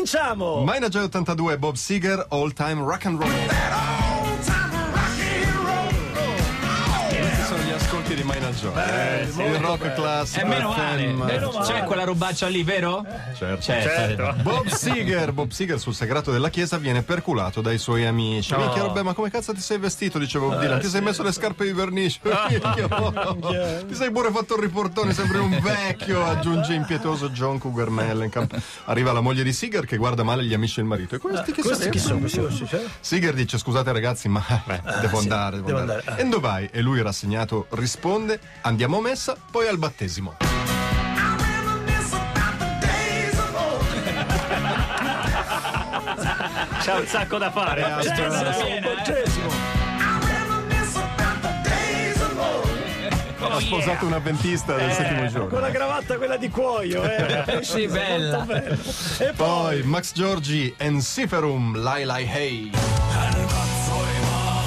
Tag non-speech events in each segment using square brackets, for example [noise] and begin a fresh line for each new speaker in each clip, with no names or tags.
Cominciamo!
Manager 82 Bob Seger All Time Rock and Roll. Questi sono gli ascolti di Manager. il rock classico.
E meno male,
FM.
Meno male.
c'è quella robaccia lì, vero?
Certo.
certo.
Bob Seger, Bob Seger sul sagrato della chiesa viene perculato dai suoi amici. Minchia roba, ma come cazzo ti sei vestito? Dice Bob Dylan. Ti sei messo le scarpe di [laughs] vernice. Minchia, oh. ti sei pure fatto il riportone, sembri un vecchio. Aggiunge impietoso John Cougar Mellencamp. Arriva la moglie di Seger che guarda male gli amici del marito. E Eh, questi che
Questi chi sono?
sarebbero?
Questi sono, cioè?
Seger dice scusate ragazzi ma [laughs] devo andare, devo
devo
andare.
andare,
eh.
ah.
E dove vai? E lui rassegnato risponde andiamo a messa poi al battesimo.
C'è un sacco da fare.
Cioè,
Cioè,
sarà
sì,
un
eh.
battesimo.
Oh,
ha sposato un avventista
Eh,
del settimo giorno.
Con la cravatta quella di cuoio, eh.
Sì, bella.
Molto bello. E poi...
Poi Max Giorgi Enciferum Lailai Hey.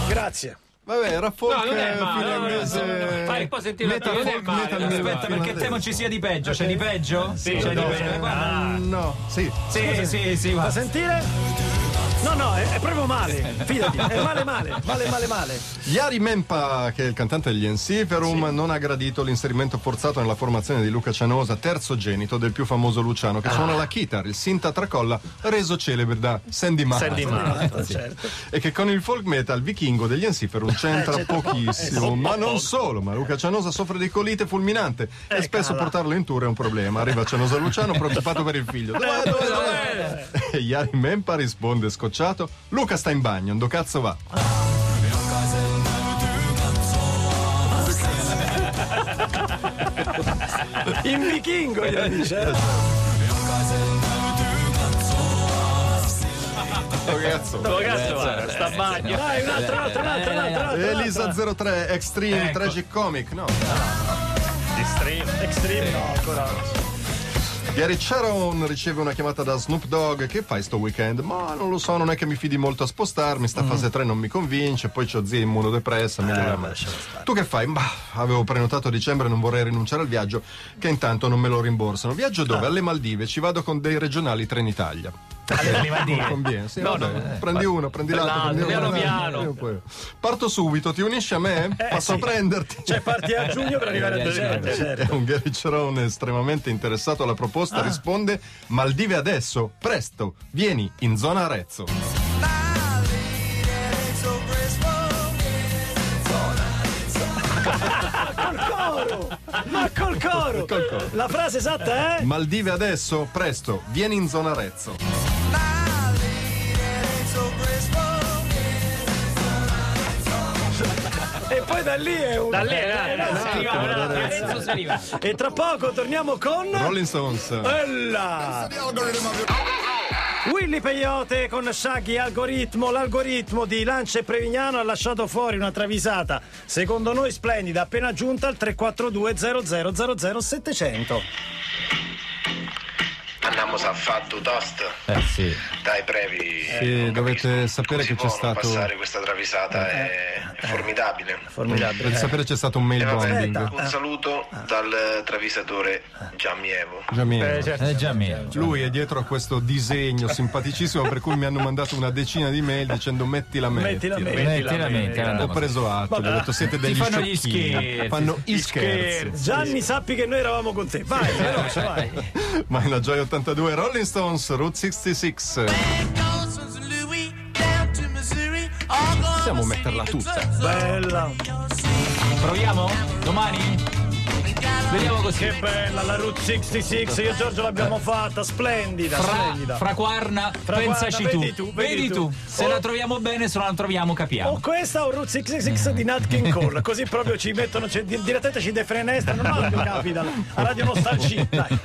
Grazie.
Vabbè, era folk
No, non è
eh,
male,
finlandese.
no, no, no. Fai un po' sentire la
metal
tua- non è
folk,
male,
metal
no,
metal
Aspetta, perché
finlandese.
temo ci sia di peggio. C'è di peggio? Sì, c'è
no,
di peggio.
eh,
Guarda.
No, sì.
Sì, sì, sì,
Fa
va.
sentire? No, no, è, è proprio male. Fidati, è male male, male male male.
Yari Mempa, che è il cantante degli Ensiferum, non ha gradito l'inserimento forzato nella formazione di Luca Cianosa, terzogenito del più famoso Luciano,
Ah.
che suona la chitarra, il sinta tracolla, reso celebre da Sandy Martin.
Sandy Martin, certo.
Sì. E che con il folk metal vichingo degli
Eh,
Ensiferum c'entra pochissimo. Ma non solo, ma Luca Cianosa soffre di colite fulminante e spesso portarlo in tour è un problema. Arriva Cianosa Luciano preoccupato per il figlio. Dov'è,
Eh,
dov'è, dov'è? E Yari Mempa risponde scocciato, Luca sta in bagno, ando cazzo va?
Ah.
In vichingo glielo dice. eh.
Sto cazzo va?
Lo cazzo va, sta a bagno.
Dai, un'altra, un'altra, un'altra, un'altra, un'altra.
Elisa 03 Extreme
Ecco.
Tragic Comic no
Estremo.
Extreme, no, ancora.
Gary Sharon riceve una chiamata da Snoop Dogg che fai sto weekend ma non lo so non è che mi fidi molto a spostarmi sta fase 3 non mi convince poi c'ho zia immunodepressa mi
vabbè,
dirà, ma-
lasciamo stare.
tu che fai? Bah, avevo prenotato a dicembre non vorrei rinunciare al viaggio che intanto non me lo rimborsano viaggio dove? alle Maldive ci vado con dei regionali Trenitalia Non
Eh.
conviene, sì, vabbè. prendi uno, prendi l'altro, prendi
piano
uno,
piano.
prendi quello. Parto subito, ti unisci a me? Posso prenderti?
Cioè parti a giugno per arrivare a dicembre, certo.
È un Gary Cerone estremamente interessato alla proposta, risponde Maldive adesso, presto, vieni in zona Arezzo.
Coro! Ma col coro! La frase esatta è?
Maldive adesso, presto, vieni in zona Arezzo.
E poi da lì è un...
Da lì, dai, dai,
Si
dai.
arriva, guarda, Lorenzo si arriva.
E tra poco torniamo con...
Rolling Stones.
Eh. Bella! Willy Peyote con Shaggy Algoritmo, l'algoritmo di Lance Prevignano ha lasciato fuori una travisata, secondo noi splendida, appena giunta al 342 00 700
Andiamo a fare due toast
Eh sì.
dai Eh, brevi.
Sì, dovete sapere che c'è stato Eh,
passare questa travisata è è formidabile.
dovete sapere c'è stato un mail
E Eh, vabbè,
bombing.
un saluto
Eh,
dal travisatore Giammievo.
Giamino.
È già mio.
Lui è dietro a questo disegno simpaticissimo per cui mi hanno mandato una decina di mail dicendo metti la
Metti la mail.
Metti la mente.
Ho
andiamo.
preso atto, gli ho detto siete degli
fanno gli
sciocchini.
scherzi.
Fanno gli scherzi.
Gianni sappi che noi eravamo con te, vai, veloce, vai.
[laughs] Ma è la Joy 82 Rolling Stones Route 66.
Possiamo metterla tutta.
Bella,
Proviamo? Domani? Vediamo così.
che bella la Route 66, io e Giorgio l'abbiamo fatta, splendida, splendida.
Fra, fra Quarna, pensaci tu.
vedi tu, vedi tu.
Se
Oh.
la troviamo bene, se non la troviamo, capiamo.
O questa o Route 66 di Nat King Cole, così proprio ci mettono, ci- direttamente ci defenestrano, ma non capita, a Radio Nostalgia, dai.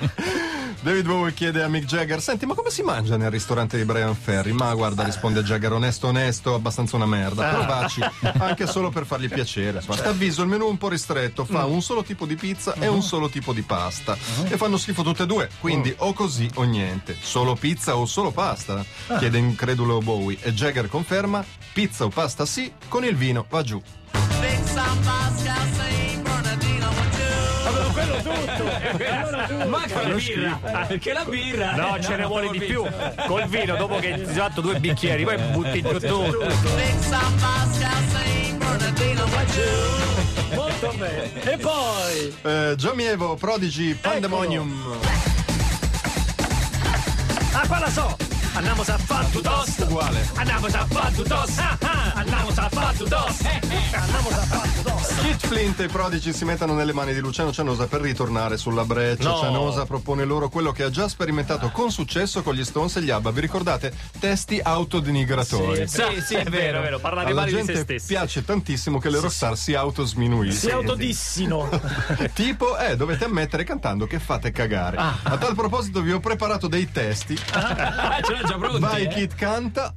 David Bowie chiede a Mick Jagger: Senti, ma come si mangia nel ristorante di Brian Ferry? Ma guarda, risponde Jagger, onesto, onesto, abbastanza una merda. Provaci, anche solo per fargli piacere. Insomma, ti avviso, il menù è un po' ristretto, fa un solo tipo di pizza e un solo tipo di pasta. E fanno schifo tutte e due, quindi o così o niente. Solo pizza o solo pasta? Chiede incredulo Bowie. E Jagger conferma: pizza o pasta sì, con il vino va giù.
Big South Moscow, St. Bernardino,
Quello tutto,
Manca la birra. Perché la birra.
No,
eh,
ce ne vuole
proprio
di
il
più.
vizio.
Col vino, dopo che hai fatto due bicchieri, poi butti giù tutto.
Thinks I'm Moscow, St. Bernardino, what you?
Molto bene. E poi.
Eh, Giamievo, Prodigy, Pandemonium.
Ah, qua la so. Andiamo a fare tu tost.
Uguale.
Andiamo a fare tu tost. Ah, ah. Andiamo a fare tu
Eh,
tost. Andiamo a fare tu tost.
Kit Flint e Prodigy si mettono nelle mani di Luciano Cianosa per ritornare sulla breccia.
No.
Cianosa propone loro quello che ha già sperimentato con successo con gli Stones e gli ABBA. Vi ricordate? Testi autodenigratori.
Sì, sì,
è vero, è vero, parlare
Alla
male di se
gente
stessi.
piace tantissimo che le rockstar si autosminuiscono.
Si autodissino.
[laughs] Tipo, eh, dovete ammettere cantando che fate cagare.
Ah.
A tal proposito, vi ho preparato dei testi.
Ah, [laughs] ce l'ho già pronti.
Vai,
eh.
Kit canta.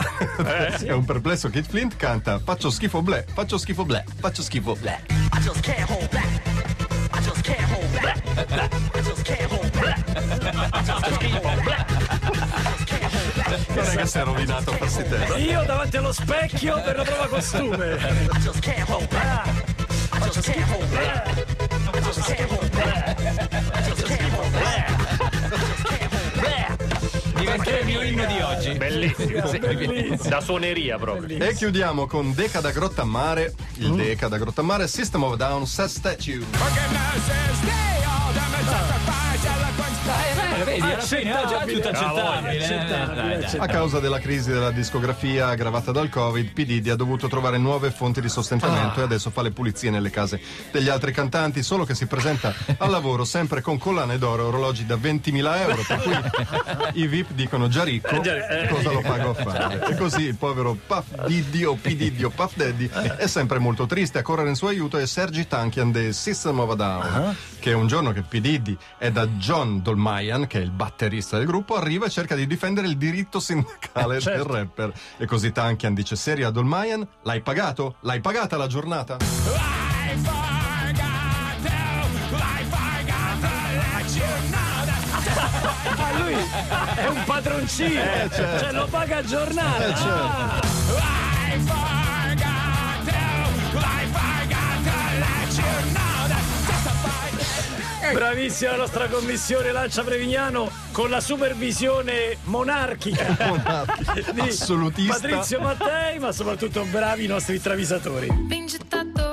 Eh,
[laughs] È un perplesso Kit Flint canta. Faccio schifo bleh, faccio schifo bleh, faccio schifo bleh.
I just can't hold back. I just can't hold back. I just can't hold back. I just can't hold back.
Non è che si è rovinato per questi testi.
Io davanti allo specchio per la prova costume.
I just can't hold back. I just can't hold back. I just can't hold back. I just can't hold back.
Diventerà il mio inno di oggi.
Bellissimo. sì. Da suoneria proprio.
E chiudiamo con Deca da Grotta Mare, il Deca da Grotta Mare, System of a Down, Set Statue.
Eh, vedi, alla fine era già tutto accettabile.
Accettabile,
eh, dai, dai.
A causa della crisi della discografia aggravata dal Covid, P. Diddy ha dovuto trovare nuove fonti di sostentamento e adesso fa le pulizie nelle case degli altri cantanti, solo che si [laughs] presenta al lavoro sempre con collane d'oro e orologi da 20.000 euro, per [laughs] cui i VIP dicono già ricco, Eh. cosa lo pago a fare? E così il povero Puff Diddy o P. Diddy o Puff Daddy è sempre molto triste, a correre in suo aiuto è Sergi Tankian del System of a Down, che un giorno che P. Diddy è da John Dolmayan, che è il batterista del gruppo, arriva e cerca di difendere il diritto sindacale del rapper. E così Tankian dice seria a Dolmayan, l'hai pagato? L'hai pagata la giornata?
Ma lui è un padroncino. Cioè, lo paga a giornata.
certo. Eh, certo. [laughs]
Ah,
Eh.
Bravissima la nostra commissione Lancia Prevignano con la supervisione monarchica di
assolutista.
Patrizio Mattei, ma soprattutto bravi i nostri travisatori.
Vinci tanto